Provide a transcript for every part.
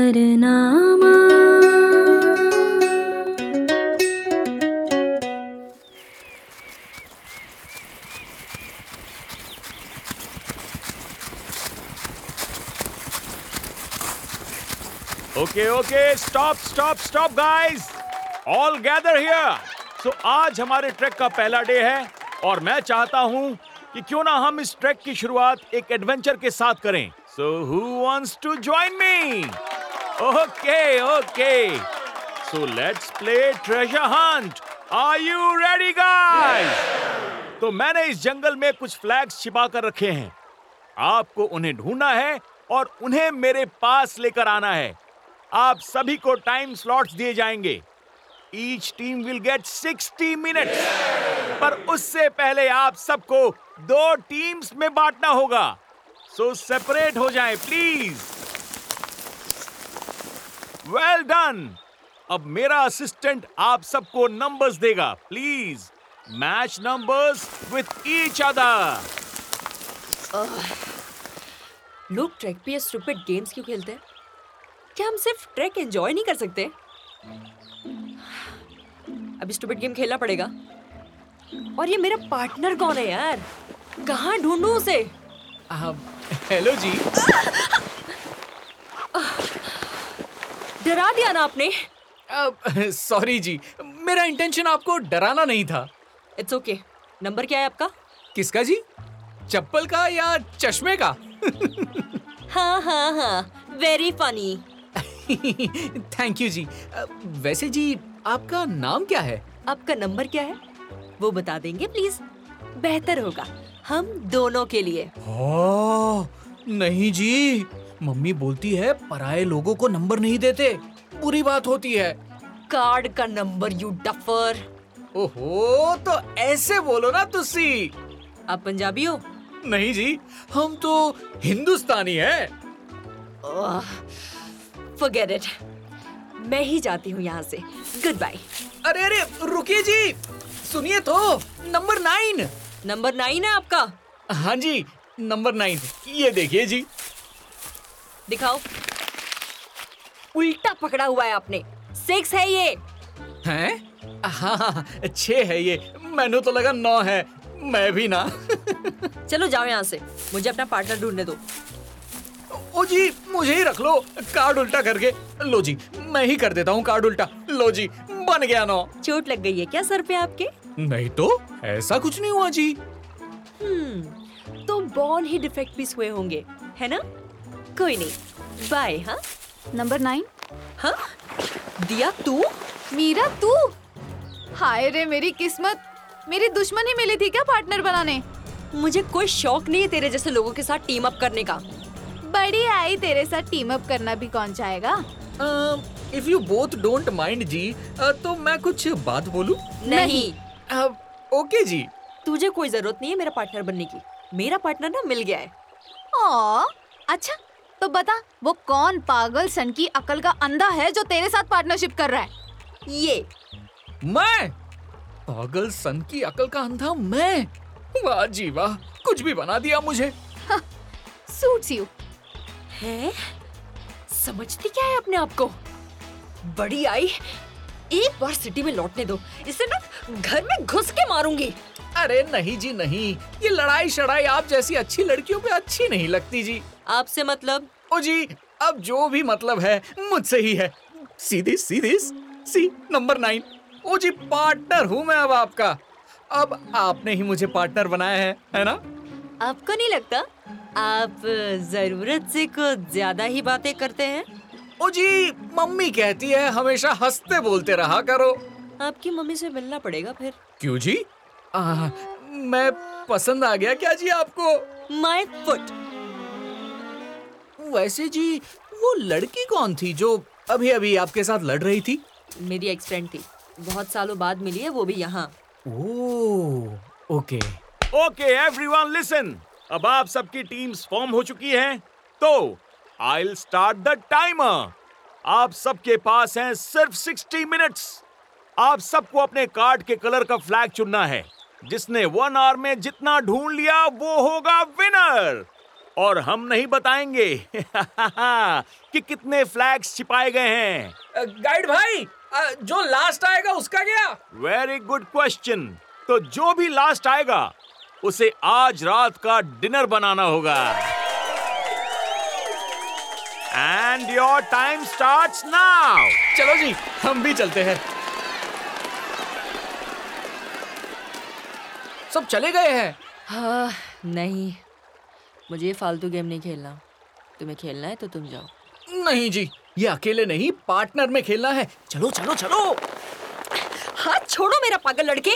Safarnama okay okay stop stop stop guys all gather here so आज हमारे track का पहला डे है और मैं चाहता हूं कि क्यों ना हम इस ट्रैक की शुरुआत एक एडवेंचर के साथ करें so who wants to join me okay okay so let's play treasure hunt are you ready guys तो मैंने इस जंगल में कुछ फ्लैग्स छिपा कर रखे हैं आपको उन्हें ढूंढना है और उन्हें मेरे पास लेकर आना है आप सभी को टाइम स्लॉट्स दिए जाएंगे each team will get 60 minutes पर उससे पहले आप सबको दो टीम्स में बांटना होगा सो सेपरेट हो जाएं प्लीज वेल डन अब मेरा असिस्टेंट आप सबको नंबर्स देगा please match numbers with each other लोग ट्रैक पे ये स्टूपिड गेम्स क्यों खेलते हैं क्या हम सिर्फ ट्रैक एंजॉय नहीं कर सकते अभी स्टूपिड गेम खेलना पड़ेगा और ये मेरा पार्टनर कौन है यार कहाँ ढूंढूं उसे हेलो जी डरा दिया ना आपने सॉरी जी मेरा इंटेंशन आपको डराना नहीं था इट्स ओके नंबर क्या है आपका किसका जी चप्पल का या चश्मे का हाँ हाँ हाँ वेरी फनी थैंक यू जी अ, वैसे जी आपका नाम क्या है आपका नंबर क्या है वो बता देंगे प्लीज बेहतर होगा हम दोनों के लिए ओ, नहीं जी मम्मी बोलती है पराए लोगों को नंबर नहीं देते बुरी बात होती है कार्ड का नंबर यू डफर ओहो तो ऐसे बोलो ना तुसी आप पंजाबी हो नहीं जी हम तो हिंदुस्तानी हैं फॉरगेट इट मैं ही जाती हूँ यहाँ से गुड बाय अरे अरे रुकिए जी सुनिए तो नंबर नाइन नंबर नाइन है आपका हाँ जी नंबर नाइन ये देखिए जी दिखाओ उल्टा पकड़ा हुआ है आपने सिक्स है ये हैं हाँ हाँ छः है ये मैंने तो लगा नौ है मैं भी ना चलो जाओ यहाँ से मुझे अपना पार्टनर ढूंढने दो ओ जी मुझे ही रख लो कार्ड उल्टा करके लो जी मैं ही कर देता हूँ कार्ड उल्टा लो जी बन गया नौ चोट लग गई है क्या सर पे आपके नहीं तो ऐसा कुछ नहीं हुआ जी हम्म तो बॉल ही डिफेक्ट पीस हुए होंगे है ना कोई नहीं बाय हाँ नंबर नाइन हाँ दिया तू मीरा तू हाय रे मेरी किस्मत मेरी दुश्मन ही मिली थी क्या पार्टनर बनाने मुझे कोई शौक नहीं है तेरे जैसे लोगों के साथ टीम अप करने का बड़ी आई तेरे साथ टीम अप करना भी कौन चाहेगा if you both don't mind जी अ, तो मैं कुछ बात बोलूं नहीं। अ, ओके जी तुझे कोई जरूरत नहीं है मेरा पार्टनर बनने की मेरा पार्टनर ना मिल गया है ओ अच्छा तो बता वो कौन पागल सन की अकल का अंधा है जो तेरे साथ पार्टनरशिप कर रहा है ये मैं पागल सन की अकल का अंधा मैं वाह जी वाह कुछ भी बना दिया मुझे सूट्स यू है समझती क्या है अपने आप को बड़ी आई एक बार सिटी में लौटने दो इसे ना घर में घुस के मारूंगी अरे नहीं जी नहीं ये लड़ाई शड़ाई आप जैसी अच्छी लड़कियों पे अच्छी नहीं लगती जी आपसे मतलब ओ जी अब जो भी मतलब है मुझसे ही है सीधी सीधी सी नंबर नाइन ओ जी पार्टनर हूँ मैं अब आपका अब आपने ही मुझे पार्टनर बनाया है है ना आपको नहीं लगता आप जरूरत से कुछ ज्यादा ही बातें करते हैं ओ जी मम्मी कहती है हमेशा हंसते बोलते रहा करो आपकी मम्मी से मिलना पड़ेगा फिर क्यों जी आ, मैं पसंद आ गया क्या जी आपको माय फुट वैसे जी वो लड़की कौन थी जो अभी अभी आपके साथ लड़ रही थी मेरी एक्स फ्रेंड थी बहुत सालों बाद मिली है वो भी यहाँ oh okay okay everyone listen अब आप सबकी टीम्स फॉर्म हो चुकी हैं तो I will start the timer आप सबके पास हैं सिर्फ 60 मिनट्स आप सबको अपने कार्ड के कलर का फ्लैग चुनना है जिसने वन आवर में जितना ढूंढ लिया वो होगा विनर और हम नहीं बताएंगे कि कितने फ्लैग्स छिपाए गए हैं गाइड भाई अ, जो लास्ट आएगा उसका क्या वेरी गुड क्वेश्चन तो जो भी लास्ट आएगा उसे आज रात का डिनर बनाना होगा and your time start now चलो जी हम भी चलते हैं सब चले गए हैं हाँ नहीं मुझे ये फालतू गेम नहीं खेलना तुम्हें खेलना है तो तुम जाओ नहीं जी ये अकेले नहीं पार्टनर में खेलना है चलो चलो चलो हाथ छोड़ो मेरा पागल लड़के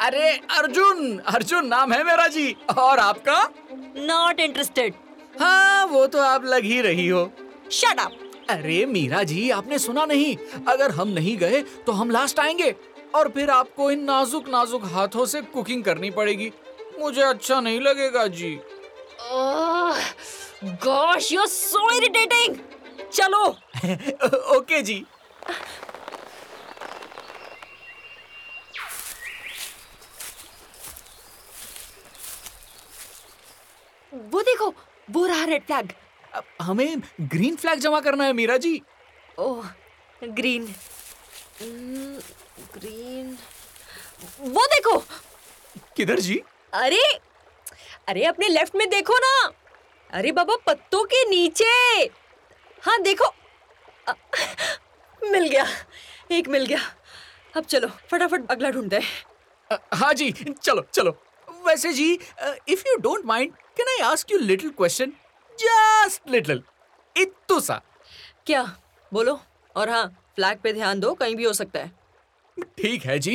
अरे अर्जुन अर्जुन नाम है मेरा जी और आपका नॉट इंटरेस्टेड हाँ वो तो आप लग ही रही हो शट अप अरे मीरा जी आपने सुना नहीं अगर हम नहीं गए तो हम लास्ट आएंगे और फिर आपको इन नाजुक नाजुक हाथों से कुकिंग करनी पड़ेगी मुझे अच्छा नहीं लगेगा जी गॉश यू सो इरिटेटिंग चलो ओके जी वो देखो वो रहा रेड फ्लैग अब हमें ग्रीन फ्लैग जमा करना है Meera ji oh green Hmm, green वो देखो किधर जी अरे अरे अपने लेफ्ट में देखो ना अरे बाबा पत्तों के नीचे हाँ देखो अ, मिल गया एक मिल गया अब चलो फटाफट अगला ढूंढते हैं अ, हाँ जी चलो चलो वैसे जी if you don't mind can I ask you little question just little इत्तु सा क्या बोलो और हाँ फ्लैग पे ध्यान दो कहीं भी हो सकता है ठीक है जी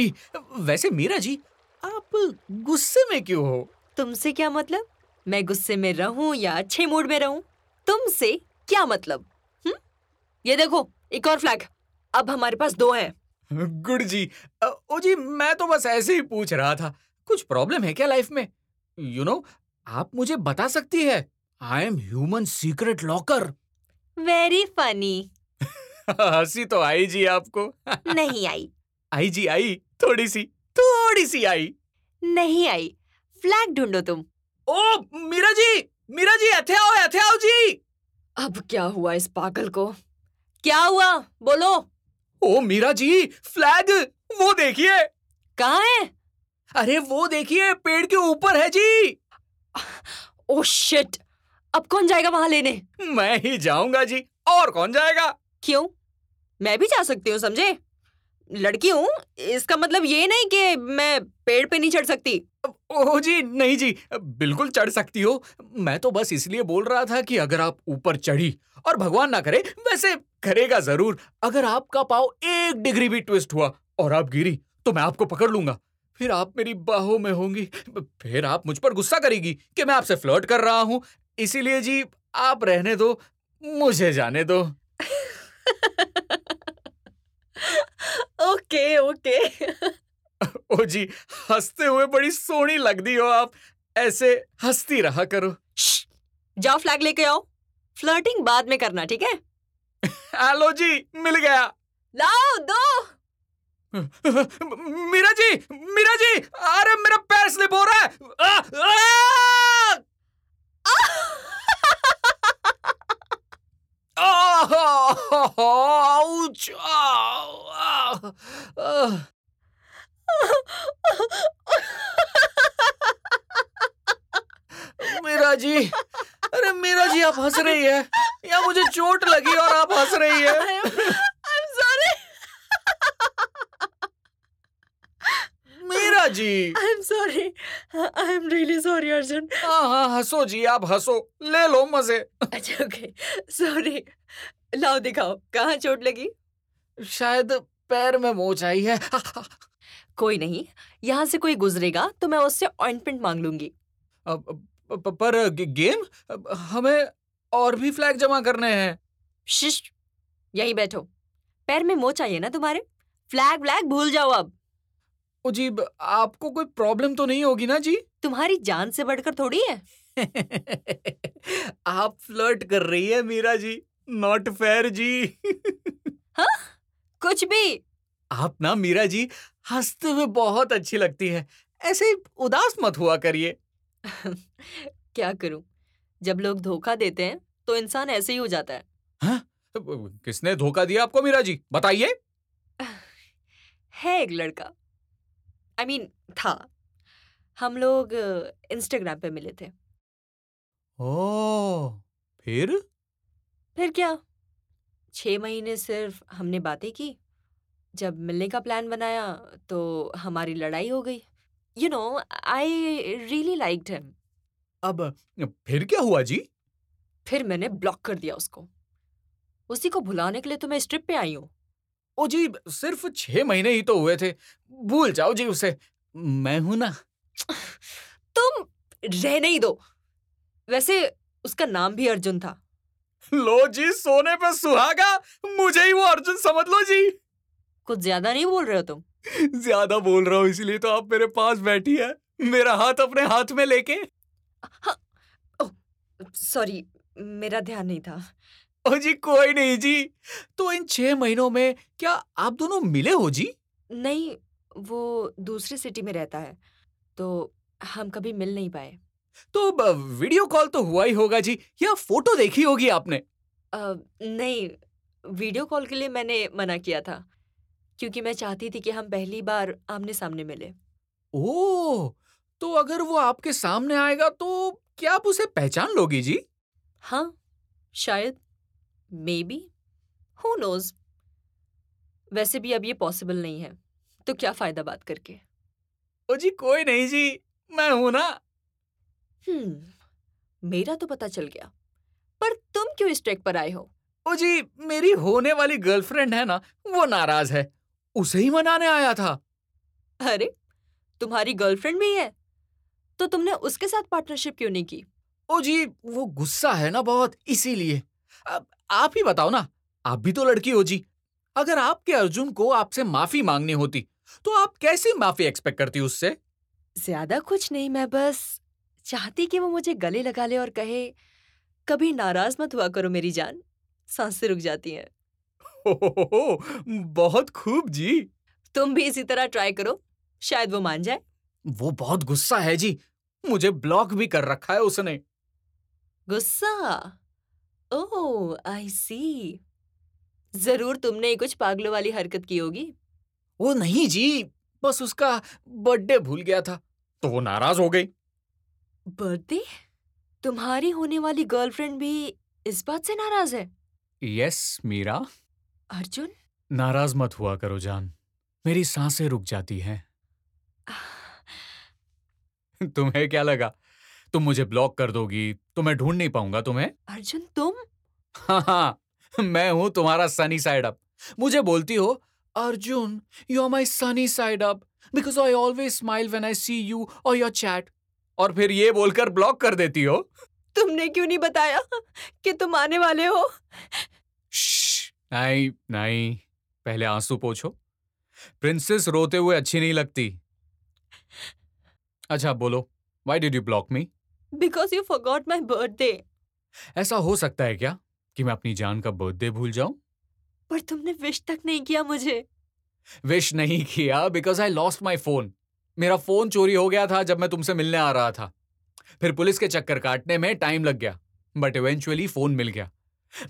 वैसे मीरा जी आप गुस्से में क्यों हो तुमसे क्या मतलब मैं गुस्से में रहूं या अच्छे मूड में रहूं तुमसे क्या मतलब हुँ? ये देखो एक और फ्लैग अब हमारे पास दो हैं गुड जी अ, ओ जी मैं तो बस ऐसे ही पूछ रहा था कुछ प्रॉब्लम है क्या लाइफ में यू you नो know, आप मुझे बता सकती है I am human secret locker very funny हंसी तो आई जी आपको नहीं आई आई जी आई थोड़ी सी थोड़ी सी आई नहीं आई फ्लैग ढूंढो तुम ओ मीरा जी मीरा जी अथे आओ अथे आओ जी अब क्या हुआ इस पागल को क्या हुआ बोलो ओ मीरा जी फ्लैग वो देखिए कहाँ है अरे वो देखिए पेड़ के ऊपर है जी ओ शिट Oh, अब कौन जाएगा वहां लेने मैं ही जाऊंगा जी और कौन जाएगा क्यों मैं भी जा सकती हूँ समझे लड़की हूँ इसका मतलब ये नहीं कि मैं पेड़ पे नहीं चढ़ सकती ओ जी नहीं जी बिल्कुल चढ़ सकती हो मैं तो बस इसलिए बोल रहा था कि अगर आप ऊपर चढ़ी और भगवान ना करे वैसे करेगा जरूर अगर आपका पाव एक डिग्री भी ट्विस्ट हुआ और आप गिरी तो मैं आपको पकड़ लूंगा फिर आप मेरी बाहों में होंगी फिर आप मुझ पर गुस्सा करेगी कि मैं आपसे फ्लर्ट कर रहा हूँ इसीलिए जी आप रहने दो मुझे जाने दो ओके ओके ओ जी हंसते हुए बड़ी सोहनी लगती हो आप ऐसे हंसती रहा करो श्श्श, जाओ फ्लैग लेके आओ फ्लर्टिंग बाद में करना ठीक है हेलो जी मिल गया लाओ दो मीरा जी मीरा जी अरे मेरा पैर स्लिप हो रहा है आ, आ! आह! आउच! आह! आह! मीरा जी अरे मीरा जी आप हंस रही है या मुझे चोट लगी और आप हंस रही है sorry Meera ji I am sorry I am really sorry Arjun हाँ हाँ हंसो जी आप हंसो ले लो मजे अच्छा ओके सॉरी लाओ दिखाओ कहाँ चोट लगी शायद पैर में हाँ, मोच आई है कोई नहीं यहाँ से कोई गुजरेगा तो मैं उससे ऑइंटमेंट मांग लूंगी अब- प- पर गे- गेम अब हमें और भी फ्लैग जमा करने हैं शिश यहीं बैठो पैर में मोच आई है ना तुम्हारे फ्लैग व्लैग भूल जाओ अब ओ जी ब- आपको कोई प्रॉब्लम तो नहीं होगी ना जी तुम्हारी जान से बढ़कर थोड़ी है आप फ्लर्ट कर रही है मीरा जी नॉट फेयर जी हाँ? कुछ भी आप ना मीरा जी हंसते हुए बहुत अच्छी लगती है ऐसे उदास मत हुआ करिए क्या करूं जब लोग धोखा देते हैं तो इंसान ऐसे ही हो जाता है किसने धोखा दिया आपको मीरा जी बताइए है एक लड़का आई I मीन mean, था हम लोग इंस्टाग्राम पे मिले थे ओ फिर फिर क्या छः महीने सिर्फ हमने बातें की जब मिलने का प्लान बनाया तो हमारी लड़ाई हो गई you know I really liked him अब फिर क्या हुआ जी फिर मैंने ब्लॉक कर दिया उसको उसी को भुलाने के लिए तो मैं इस ट्रिप पे आई हूँ ओ जी सिर्फ छह महीने ही तो हुए थे भूल जाओ जी उसे मैं हूं ना तुम रहने ही दो वैसे उसका नाम भी अर्जुन था लो जी सोने पे सुहागा मुझे ही वो अर्जुन समझ लो जी कुछ ज्यादा नहीं बोल रहे हो तुम ज्यादा बोल रहा हूँ इसलिए तो आप मेरे पास बैठी है मेरा हाथ अपने हाथ में लेके सॉरी मेरा ध्यान नहीं था ओ जी कोई नहीं जी तो इन छह महीनों में क्या आप दोनों मिले हो जी नहीं वो दूसरी सिटी में रहता है तो हम कभी मिल नहीं पाए तो ब- वीडियो कॉल तो हुआ ही होगा जी या फोटो देखी होगी आपने अ, नहीं वीडियो कॉल के लिए मैंने मना किया था क्योंकि मैं चाहती थी कि हम पहली बार आमने सामने मिले ओ तो अगर वो आपके सामने आएगा तो क्या आप उसे पहचान लोगी जी हाँ शायद मे बी हु नोज वैसे भी अब ये पॉसिबल नहीं है तो क्या फ़ायदा बात करके ओ जी कोई नहीं जी मैं हूं ना हम्म मेरा तो पता चल गया पर तुम क्यों इस ट्रैक पर आए हो ओ जी मेरी होने वाली गर्लफ्रेंड है ना वो नाराज है उसे ही मनाने आया था अरे तुम्हारी गर्लफ्रेंड भी है तो तुमने उसके साथ पार्टनरशिप क्यों नहीं की ओ जी वो गुस्सा है ना बहुत इसीलिए अब आप ही बताओ ना आप भी तो लड़की हो जी अगर आपके अर्जुन को आपसे माफी मांगनी होती तो आप कैसी माफी एक्सपेक्ट करती उससे ज्यादा कुछ नहीं मैं बस चाहती कि वो मुझे गले लगा ले और कहे कभी नाराज मत हुआ करो मेरी जान सांसें रुक जाती हैं हो बहुत खूब जी तुम भी इसी तरह ट्राई करो शायद वो मान जाए वो बहुत गुस्सा है जी मुझे ब्लॉक भी कर रखा है उसने गुस्सा ओह आई सी जरूर तुमने कुछ पागलों वाली हरकत की होगी वो नहीं जी बस उसका बर्थडे भूल गया था तो वो नाराज हो गई बर्थडे तुम्हारी होने वाली गर्लफ्रेंड भी इस बात से नाराज है यस मीरा अर्जुन नाराज मत हुआ करो जान मेरी सांसें रुक जाती हैं तुम्हें क्या लगा तुम मुझे ब्लॉक कर दोगी तो मैं ढूंढ नहीं पाऊंगा तुम्हें अर्जुन तुम हाँ हाँ मैं हूं तुम्हारा सनी साइड अप मुझे बोलती हो Arjun you are my sunny side up because I always smile when I see you और योर चैट और फिर ये बोलकर ब्लॉक कर देती हो तुमने क्यों नहीं बताया कि तुम आने वाले हो श्श्श, नहीं नहीं पहले आंसू पोछो प्रिंसेस रोते हुए अच्छी नहीं लगती अच्छा बोलो why did you block me because you forgot my birthday ऐसा हो सकता है क्या कि मैं अपनी जान का बर्थडे भूल जाऊं पर तुमने विश तक नहीं किया मुझे विश नहीं किया because I lost my phone मेरा फोन चोरी हो गया था जब मैं तुमसे मिलने आ रहा था फिर पुलिस के चक्कर काटने में टाइम लग गया बट इवेंचुअली फोन मिल गया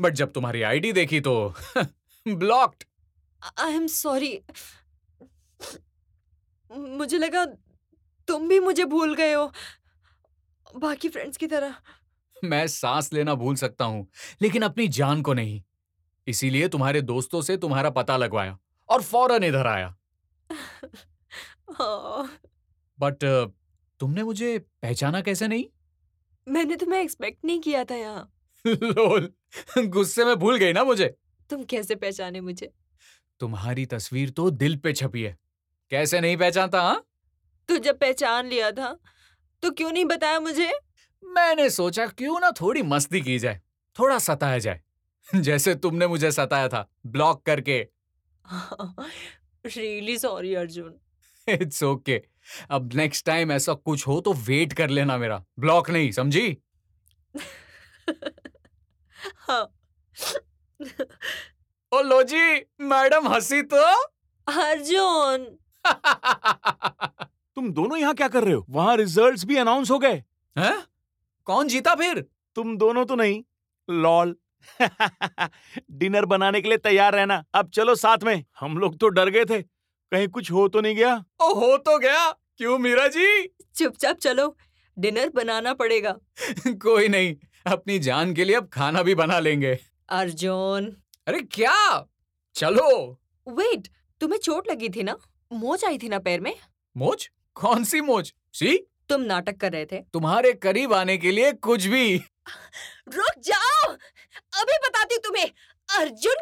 बट जब तुम्हारी आईडी देखी तो ब्लॉक्ड आई एम सॉरी मुझे लगा तुम भी मुझे भूल गए हो बाकी फ्रेंड्स की तरह मैं सांस लेना भूल सकता हूं लेकिन अपनी जान को नहीं इसीलिए तुम्हारे दोस्तों से तुम्हारा पता लगवाया और फौरन इधर आया आह, बट तुमने मुझे पहचाना कैसे नहीं मैंने तुम्हें एक्सपेक्ट नहीं किया था यहाँ लोल गुस्से में भूल गई ना मुझे तुम कैसे पहचाने मुझे तुम्हारी तस्वीर तो दिल पे छपी है कैसे नहीं पहचानता हाँ तू जब पहचान लिया था तो क्यों नहीं बताया मुझे मैंने सोचा क्यों ना थोड़ी मस्ती की जाए थोड़ा सताया जाए जैसे तुमने मुझे सताया था ब्लॉक करके really sorry Arjun it's okay अब नेक्स्ट टाइम ऐसा कुछ हो तो वेट कर लेना मेरा ब्लॉक नहीं समझी हाँ ओ लो जी मैडम हंसी तो अर्जुन हैं तुम दोनों यहाँ क्या कर रहे हो वहाँ रिजल्ट्स भी अनाउंस हो गए हाँ? कौन जीता फिर तुम दोनों तो नहीं लॉल डिनर बनाने के लिए तैयार रहना अब चलो साथ में हम लोग तो डर गए थे कहीं कुछ हो तो नहीं गया ओ हो तो गया क्यों मीरा जी चुपचाप चलो डिनर बनाना पड़ेगा कोई नहीं अपनी जान के लिए अब खाना भी बना लेंगे अर्जुन अरे क्या चलो वेट तुम्हें चोट लगी थी ना मोच आई थी ना पैर में मोज कौन सी मोज सी तुम नाटक कर रहे थे तुम्हारे करीब आने के लिए कुछ भी रुक जाओ अभी बताती हूँ तुम्हें अर्जुन